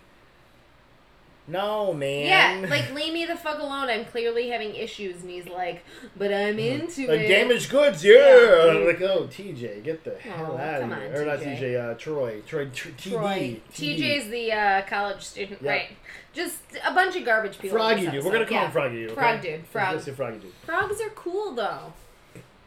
Speaker 2: "No, man."
Speaker 3: Yeah, like leave me the fuck alone. I'm clearly having issues, and he's like, but I'm
Speaker 2: Uh-huh.
Speaker 3: into
Speaker 2: Like
Speaker 3: it.
Speaker 2: damaged goods, yeah.
Speaker 3: Yeah.
Speaker 2: Like, oh, TJ, get the hell
Speaker 3: Oh,
Speaker 2: out of
Speaker 3: come
Speaker 2: here.
Speaker 3: on,
Speaker 2: or not
Speaker 3: TJ.
Speaker 2: TJ, uh, Troy. Troy, tr- TD.
Speaker 3: Troy, TJ's the uh, college student,
Speaker 2: Yeah.
Speaker 3: right? Just a bunch of garbage people.
Speaker 2: Froggy
Speaker 3: in this
Speaker 2: dude. We're gonna
Speaker 3: episode.
Speaker 2: call him Froggy dude. Okay?
Speaker 3: Frog dude, frog.
Speaker 2: Let's say Froggy dude.
Speaker 3: Frogs are cool though.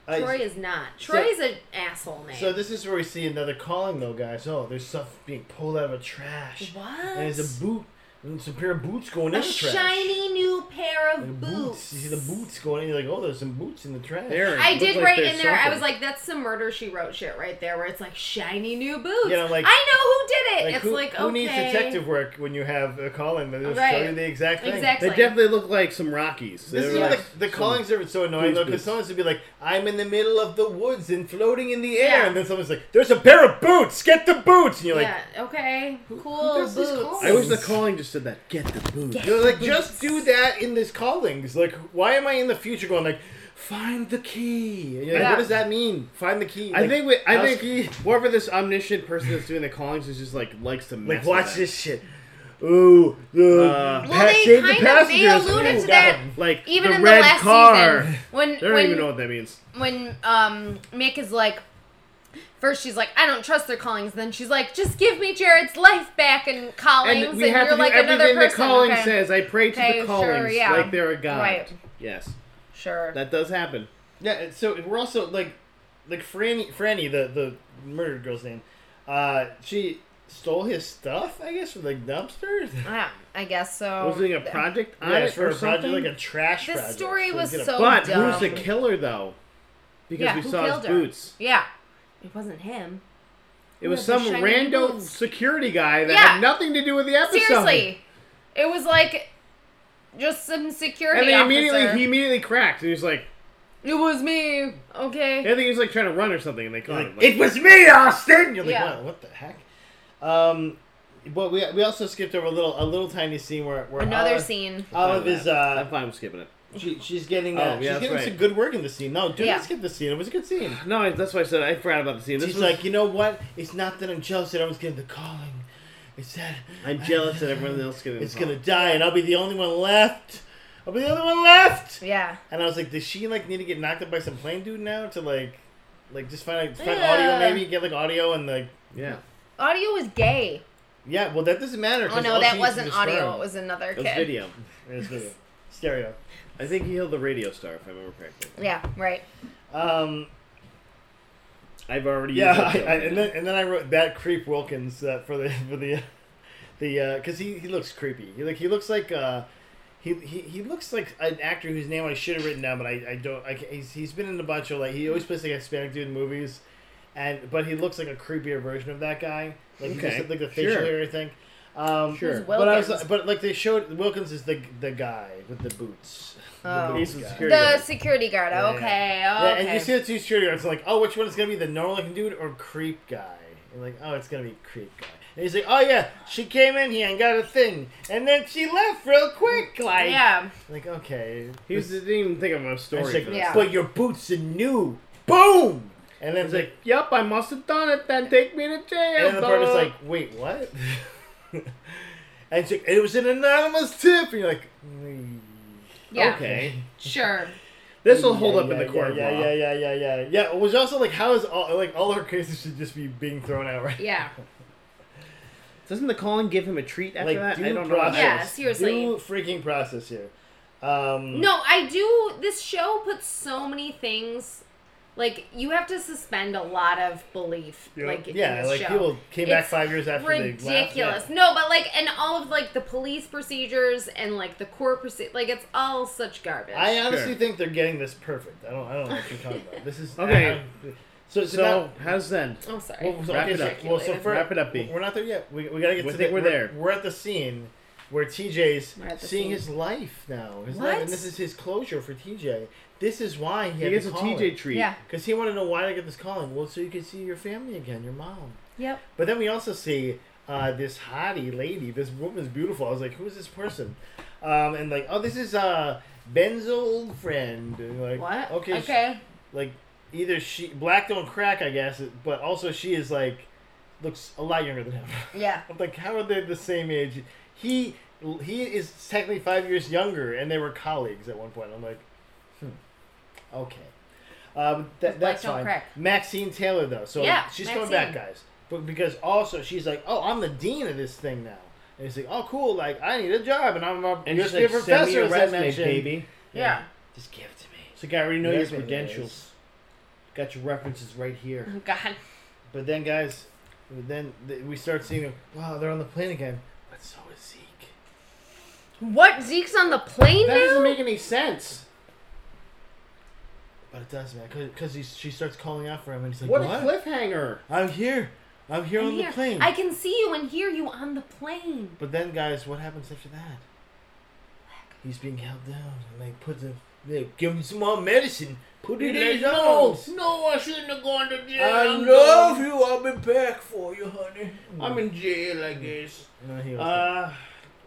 Speaker 2: Uh,
Speaker 3: Troy is not. Troy's an asshole name.
Speaker 2: So this is where we see another calling, though, guys. Oh, there's stuff being pulled out of a trash.
Speaker 3: what?
Speaker 2: And there's a boot, and some pair of boots going
Speaker 3: A
Speaker 2: in the trash.
Speaker 3: shiny new pair
Speaker 2: Like
Speaker 3: of boots.
Speaker 2: You see the boots going in. You're like, oh, there's some boots in the trash.
Speaker 1: There,
Speaker 3: I
Speaker 1: it
Speaker 3: did
Speaker 1: looked like
Speaker 3: write
Speaker 1: there's
Speaker 3: in there. I
Speaker 1: something.
Speaker 3: was like, "That's some murder she wrote shit right there," where it's like shiny new boots.
Speaker 2: Yeah, like-
Speaker 3: I know who did it.
Speaker 2: Like,
Speaker 3: it's
Speaker 2: who,
Speaker 3: like
Speaker 2: who
Speaker 3: okay.
Speaker 2: needs detective work when you have a calling that will show
Speaker 3: Right.
Speaker 2: you the exact thing?
Speaker 3: Exactly.
Speaker 1: they definitely look like some Rockies. They
Speaker 2: This is
Speaker 1: were
Speaker 2: where
Speaker 1: like
Speaker 2: the, the
Speaker 1: some-
Speaker 2: callings are so annoying
Speaker 1: Boots,
Speaker 2: though, because
Speaker 1: boots.
Speaker 2: someone's gonna be like, "I'm in the middle of the woods and floating in the air,"
Speaker 3: Yeah.
Speaker 2: and then someone's like, "There's a pair of boots. Get the boots!" And you're like,
Speaker 3: yeah. Okay.
Speaker 2: who
Speaker 3: Cool
Speaker 2: does this
Speaker 3: boots.
Speaker 2: call?
Speaker 1: I wish the calling just said that. Get the boots.
Speaker 2: You're like, just do that in this callings. Like, why am I in the future going like, find the key? And you're like,
Speaker 3: Yeah.
Speaker 2: What does that mean? Find the key.
Speaker 1: I
Speaker 2: Like,
Speaker 1: think we, I
Speaker 2: how's-
Speaker 1: think whoever this omniscient person that's doing the callings is just like likes to mess
Speaker 2: like watch
Speaker 1: with
Speaker 2: this shit. Ooh, the
Speaker 1: Uh,
Speaker 3: Well, they
Speaker 2: save the
Speaker 3: kind of- they
Speaker 2: passengers.
Speaker 3: alluded
Speaker 2: Ooh, got
Speaker 3: to that.
Speaker 2: him.
Speaker 1: them. Like
Speaker 3: Even
Speaker 1: the
Speaker 3: in
Speaker 1: red
Speaker 3: the last
Speaker 1: car.
Speaker 3: season, when
Speaker 1: They don't
Speaker 3: when
Speaker 1: even know what that means.
Speaker 3: when um Mick is like first she's like I don't trust their callings then she's like just give me Jared's life back and callings
Speaker 1: And
Speaker 3: and,
Speaker 1: we have to
Speaker 3: you're
Speaker 1: do
Speaker 3: like another
Speaker 1: everything the
Speaker 3: person
Speaker 1: calling
Speaker 3: okay.
Speaker 1: says. I pray to
Speaker 3: Okay, sure,
Speaker 1: the callings
Speaker 3: yeah.
Speaker 1: like they're a god.
Speaker 3: Right.
Speaker 1: Yes,
Speaker 3: sure
Speaker 1: that does happen.
Speaker 2: Yeah, and so we're also like, like Franny, Franny, the the murdered girl's name. Uh, she stole his stuff, I guess, from the dumpster.
Speaker 3: Ah, I guess so.
Speaker 1: Was it a project on
Speaker 2: Yeah,
Speaker 1: it
Speaker 2: it's for
Speaker 1: or
Speaker 2: a project,
Speaker 1: something?
Speaker 2: like a trash.
Speaker 3: This
Speaker 2: project.
Speaker 3: story
Speaker 2: So
Speaker 3: was
Speaker 2: we did a-
Speaker 3: so-
Speaker 1: but
Speaker 3: dumb.
Speaker 1: who's the killer though? Because
Speaker 3: yeah,
Speaker 1: we
Speaker 3: who
Speaker 1: saw
Speaker 3: killed
Speaker 1: his
Speaker 3: her?
Speaker 1: boots.
Speaker 3: Yeah, it wasn't him.
Speaker 1: It was
Speaker 3: Yeah,
Speaker 1: some
Speaker 3: the shiny
Speaker 1: rando
Speaker 3: boots.
Speaker 1: security guy that
Speaker 3: Yeah.
Speaker 1: had nothing to do with the episode.
Speaker 3: Seriously, it was like just some security
Speaker 1: And then immediately
Speaker 3: officer.
Speaker 1: he immediately cracked and he was like,
Speaker 3: It was me. Okay.
Speaker 1: I think he was like trying to run or something and they caught
Speaker 2: Like,
Speaker 1: him. Like,
Speaker 2: it was me, Austin. You're like,
Speaker 3: Yeah.
Speaker 2: wow, what the heck? Um, but we, we also skipped over a little a little tiny scene where, where
Speaker 1: uh,
Speaker 3: Another
Speaker 2: Olive,
Speaker 3: scene.
Speaker 2: Olive is
Speaker 1: I'm
Speaker 2: uh,
Speaker 1: fine with skipping it.
Speaker 2: she, she's getting
Speaker 1: Oh,
Speaker 2: uh,
Speaker 1: yeah,
Speaker 2: she's
Speaker 1: that's
Speaker 2: getting
Speaker 1: right.
Speaker 2: some good work in the scene. No, do
Speaker 3: Yeah.
Speaker 2: not skip the scene. It was a good scene.
Speaker 1: No, I- that's why I said I forgot about the scene. This
Speaker 2: She's
Speaker 1: was
Speaker 2: like, you know what? It's not that I'm jealous that everyone's getting the calling. It's that
Speaker 1: I'm jealous that everyone else is getting
Speaker 2: it's
Speaker 1: involved.
Speaker 2: gonna die, and I'll be the only one left. I'll be the only one left.
Speaker 3: Yeah.
Speaker 2: And I was like, does she like need to get knocked up by some plane dude now to like, like just find like, find
Speaker 3: Yeah.
Speaker 2: audio maybe get like audio and like
Speaker 1: Yeah.
Speaker 3: Audio was gay.
Speaker 2: yeah. Well, that doesn't matter.
Speaker 3: Oh
Speaker 2: 'cause
Speaker 3: no,
Speaker 2: all she
Speaker 3: that
Speaker 2: needs is
Speaker 3: wasn't
Speaker 2: a sperm.
Speaker 3: audio. It was another
Speaker 1: It was
Speaker 3: kid.
Speaker 1: video.
Speaker 2: It was video. Stereo.
Speaker 1: I think he held the radio star, if I remember correctly.
Speaker 3: Yeah. Right.
Speaker 2: Um,
Speaker 1: I've already
Speaker 2: yeah,
Speaker 1: used
Speaker 2: I,
Speaker 1: that
Speaker 2: I,
Speaker 1: joke.
Speaker 2: and then and then I wrote that creep Wilkins uh, for the for the the because he, he looks creepy. He like he looks like uh, he, he he looks like an actor whose name I should have written down, but I, I don't. I, ca- he's he's been in a bunch of like he always plays like a Hispanic dude in movies, and but he looks like a creepier version of that guy. Like he
Speaker 1: Okay,
Speaker 2: just had, like the facial
Speaker 1: sure.
Speaker 2: hair thing. Um,
Speaker 1: Sure.
Speaker 3: It was
Speaker 2: But I was
Speaker 3: Wilkins.
Speaker 2: but like they showed Wilkins is the the guy with the boots. The
Speaker 3: Oh.
Speaker 2: boots
Speaker 1: He's the
Speaker 2: guy.
Speaker 1: security
Speaker 3: The
Speaker 1: guard.
Speaker 3: security guard.
Speaker 2: Yeah, yeah.
Speaker 3: okay.
Speaker 2: Yeah,
Speaker 3: Oh, Okay.
Speaker 2: and you see the two security guards like, oh, which one is gonna be the normal looking dude or creep guy? And like, oh, it's gonna be creep guy. And he's like, oh yeah, she came in here and got a thing, and then she left real quick. Like,
Speaker 3: yeah.
Speaker 2: like okay,
Speaker 1: He was, didn't even think of a story.
Speaker 2: And she's like,
Speaker 1: for this.
Speaker 3: Yeah.
Speaker 2: but your boots are new. Boom. And then
Speaker 1: He's
Speaker 2: it's
Speaker 1: like,
Speaker 2: like,
Speaker 1: yep, I must have done it then. Take me to jail.
Speaker 2: and then the part is like, wait, what? and she's like, it was an anonymous tip, and you're like, mm,
Speaker 3: Yeah.
Speaker 1: okay.
Speaker 3: Sure.
Speaker 1: This will hold
Speaker 2: yeah,
Speaker 1: up in
Speaker 2: yeah,
Speaker 1: the court of
Speaker 2: Yeah,
Speaker 1: law.
Speaker 2: yeah, yeah, yeah, yeah, yeah. Yeah, it was also like, how is all like all her cases should just be being thrown out right
Speaker 3: Yeah.
Speaker 1: Doesn't the calling give him a treat after
Speaker 2: like
Speaker 1: that?
Speaker 2: due
Speaker 1: I don't know.
Speaker 2: process.
Speaker 3: Yeah, seriously.
Speaker 2: Due freaking process here. Um,
Speaker 3: No, I do. This show puts so many things. Like you have to suspend a lot of belief.
Speaker 2: you know,
Speaker 3: Like in
Speaker 2: yeah,
Speaker 3: this
Speaker 2: like
Speaker 3: show.
Speaker 2: people came back
Speaker 3: It's
Speaker 2: five years after they left. yeah.
Speaker 3: ridiculous. No, but like and all of like the police procedures and like the court proce- like it's all such garbage.
Speaker 2: I uh, honestly
Speaker 1: Sure.
Speaker 2: think they're getting this perfect. I don't. I don't know what you're talking about. This is
Speaker 1: Okay.
Speaker 2: I- I- so so.
Speaker 1: So,
Speaker 2: now-
Speaker 1: how's then?
Speaker 3: oh, sorry.
Speaker 2: well, so
Speaker 1: Wrap
Speaker 2: okay,
Speaker 1: it
Speaker 2: so-
Speaker 1: up.
Speaker 2: well, so
Speaker 3: Calculated.
Speaker 2: for,
Speaker 1: Wrap it up, B.
Speaker 2: We're not there yet. We, we gotta get
Speaker 1: We
Speaker 2: to
Speaker 1: think
Speaker 2: the,
Speaker 1: we're there.
Speaker 2: We're at the scene where TJ's
Speaker 3: We're at the
Speaker 2: seeing
Speaker 3: scene.
Speaker 2: his life now. His life,
Speaker 3: What?
Speaker 2: and this is his closure for TJ. This is why he,
Speaker 1: He
Speaker 2: had
Speaker 1: gets
Speaker 2: to
Speaker 1: a
Speaker 2: call
Speaker 1: TJ treat.
Speaker 3: yeah.
Speaker 2: Because he wanted to know why I get this calling. Well, so you can see your family again, your mom.
Speaker 3: Yep.
Speaker 2: But then we also see uh, this hottie lady. This woman's beautiful. I was like, who is this person? Um, and like, oh, this is uh, Ben's old friend. And like,
Speaker 3: What?
Speaker 2: Okay. sh-
Speaker 3: Okay.
Speaker 2: like, either she black don't crack, I guess, but also she is like looks a lot younger than him.
Speaker 3: yeah.
Speaker 2: I'm like, how are they the same age? He he is technically five years younger, and they were colleagues at one point. I'm like, hmm, okay, um, that,
Speaker 3: With
Speaker 2: that's
Speaker 3: Black Don't
Speaker 2: fine.
Speaker 3: Crack.
Speaker 2: Maxine Taylor though, so
Speaker 3: Yeah,
Speaker 2: she's coming back,
Speaker 3: Maxine.
Speaker 2: guys. But because also she's like, oh, I'm the dean of this thing now, and he's like, oh, cool, like I need a job, and I'm a
Speaker 1: And
Speaker 2: you're a
Speaker 1: he's like, send me
Speaker 2: professor,
Speaker 1: your
Speaker 2: as I
Speaker 1: resume,
Speaker 2: mentioned."
Speaker 1: baby.
Speaker 3: Yeah.
Speaker 2: just give it to me.
Speaker 1: It's like, I already know
Speaker 2: Yes,
Speaker 1: your
Speaker 2: it
Speaker 1: credentials.
Speaker 2: is. Got your references right here.
Speaker 3: Oh God.
Speaker 2: But then, guys, then th- we start seeing them. Wow, they're on the plane again. But so is Zeke.
Speaker 3: What Zeke's on the plane
Speaker 1: That
Speaker 3: now?
Speaker 1: doesn't make any sense.
Speaker 2: But it does, man, because she starts calling out for him, and he's like,
Speaker 1: What
Speaker 2: "What?
Speaker 1: a cliffhanger.
Speaker 2: I'm here. I'm here
Speaker 3: I'm
Speaker 2: on
Speaker 3: here.
Speaker 2: the plane."
Speaker 3: I can see you and hear you on the plane.
Speaker 2: But then, guys, what happens after that? He's being held down, and they put the they give him some more medicine. Put it in his arms.
Speaker 1: No, I shouldn't have gone to
Speaker 2: I love you. I'll be back for you, honey.
Speaker 1: I'm in jail, I guess.
Speaker 2: Hmm. No, he was like,
Speaker 1: Uh,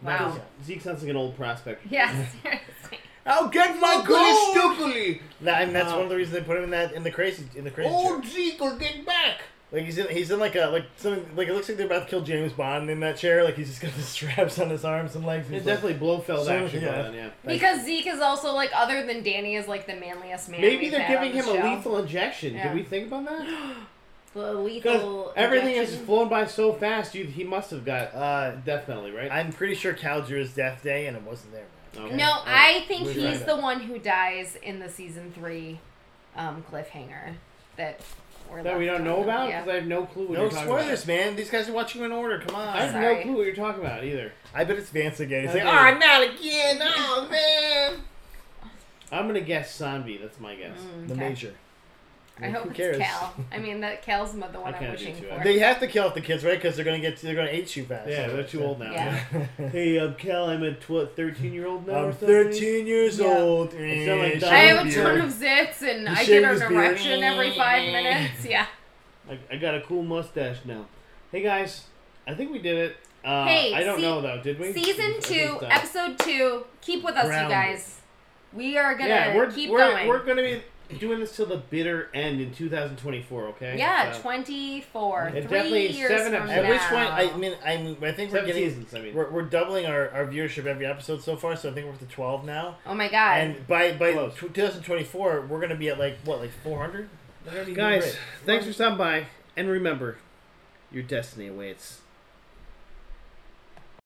Speaker 3: Wow.
Speaker 1: Zeke sounds like an old prospect.
Speaker 3: Yeah. Seriously.
Speaker 2: I'll get
Speaker 1: Oh,
Speaker 2: my gold.
Speaker 1: Stokely.
Speaker 2: That, and that's
Speaker 1: Uh,
Speaker 2: one of the reasons they put him in that in the crazy in the crazy. chair.
Speaker 1: Zeke will get back.
Speaker 2: Like he's in, he's in like a like something like it looks like they're about to kill James Bond in that chair. Like he's just got the straps on his arms and legs. He's
Speaker 1: It's
Speaker 2: like-
Speaker 1: definitely Blofeld
Speaker 2: So,
Speaker 1: action
Speaker 2: yeah.
Speaker 1: going on, yeah.
Speaker 3: Because Zeke is also like other than Danny is like the manliest man.
Speaker 1: Maybe
Speaker 3: we've
Speaker 1: they're
Speaker 3: had on
Speaker 1: giving him
Speaker 3: this
Speaker 1: a
Speaker 3: show.
Speaker 1: lethal injection.
Speaker 3: Yeah.
Speaker 1: Did we think about that?
Speaker 3: The
Speaker 1: Because
Speaker 3: lethal.
Speaker 1: everything has
Speaker 3: injection.
Speaker 1: flown by so fast, you he must have got
Speaker 2: uh,
Speaker 1: death penalty, right?
Speaker 2: I'm pretty sure Cal drew his death day, and it wasn't there. Man.
Speaker 1: Okay.
Speaker 3: No,
Speaker 1: All right.
Speaker 3: I think
Speaker 2: We'll
Speaker 3: he's
Speaker 2: try
Speaker 3: the one who dies in the season three um, cliffhanger that we're
Speaker 1: That we
Speaker 3: left
Speaker 1: don't
Speaker 3: on.
Speaker 1: know about
Speaker 3: Yeah.
Speaker 1: because I have no clue what
Speaker 2: No
Speaker 1: you're talking about.
Speaker 2: spoilers, man. These guys are watching in order. Come
Speaker 1: I have
Speaker 2: on.
Speaker 3: Sorry.
Speaker 1: no clue what you're talking about either.
Speaker 2: I bet it's Vance again. He's like,
Speaker 1: Okay.
Speaker 2: oh, not again. Oh, man.
Speaker 1: I'm gonna guess Sanvi. That's my guess.
Speaker 3: Mm,
Speaker 2: The
Speaker 3: okay.
Speaker 2: major.
Speaker 3: I hope
Speaker 2: Who
Speaker 3: it's
Speaker 2: cares?
Speaker 3: Cal. I mean, that Cal's the one
Speaker 1: kinda
Speaker 3: I'm
Speaker 1: do
Speaker 3: wishing
Speaker 1: too,
Speaker 3: for.
Speaker 1: actually.
Speaker 2: They have to kill off the kids, right? Because they're gonna get they're gonna age too fast.
Speaker 1: Yeah, they're too old now.
Speaker 3: Yeah.
Speaker 1: hey, um, Cal, I'm a tw- 13 year old now. or
Speaker 2: I'm
Speaker 1: something?
Speaker 2: 13 years
Speaker 3: Yeah.
Speaker 2: old.
Speaker 1: It's not like
Speaker 2: Eh,
Speaker 1: that.
Speaker 3: I have a
Speaker 2: beer.
Speaker 3: ton of zits and
Speaker 2: You
Speaker 3: I
Speaker 2: shave
Speaker 3: get an
Speaker 2: his beard.
Speaker 3: erection every five minutes. Yeah.
Speaker 1: I, I got a cool mustache now. Hey guys, I think we did it. Uh,
Speaker 3: Hey,
Speaker 1: I don't
Speaker 3: see-
Speaker 1: know though. Did we? I
Speaker 3: Season
Speaker 1: think
Speaker 3: two,
Speaker 1: so.
Speaker 3: episode two. Keep with us,
Speaker 2: Grounded.
Speaker 3: you guys. We are gonna
Speaker 1: yeah, we're
Speaker 3: keep
Speaker 1: we're,
Speaker 3: going.
Speaker 1: we're gonna be doing this till the bitter end in 2024. Okay.
Speaker 3: yeah,
Speaker 1: So,
Speaker 3: 24.
Speaker 1: And
Speaker 3: Three
Speaker 1: definitely
Speaker 3: years
Speaker 1: seven
Speaker 3: from
Speaker 1: episodes.
Speaker 2: At
Speaker 3: now.
Speaker 2: which point, I mean, I mean, I think we're
Speaker 1: seven
Speaker 2: getting
Speaker 1: seasons. I mean,
Speaker 2: we're, we're doubling our, our viewership every episode so far. So I think we're up to 12 now.
Speaker 3: oh my god.
Speaker 2: And by by
Speaker 1: Close.
Speaker 2: tw 2024, we're gonna be at like what, like 400?
Speaker 1: guys, thanks for stopping by, and remember, your destiny awaits.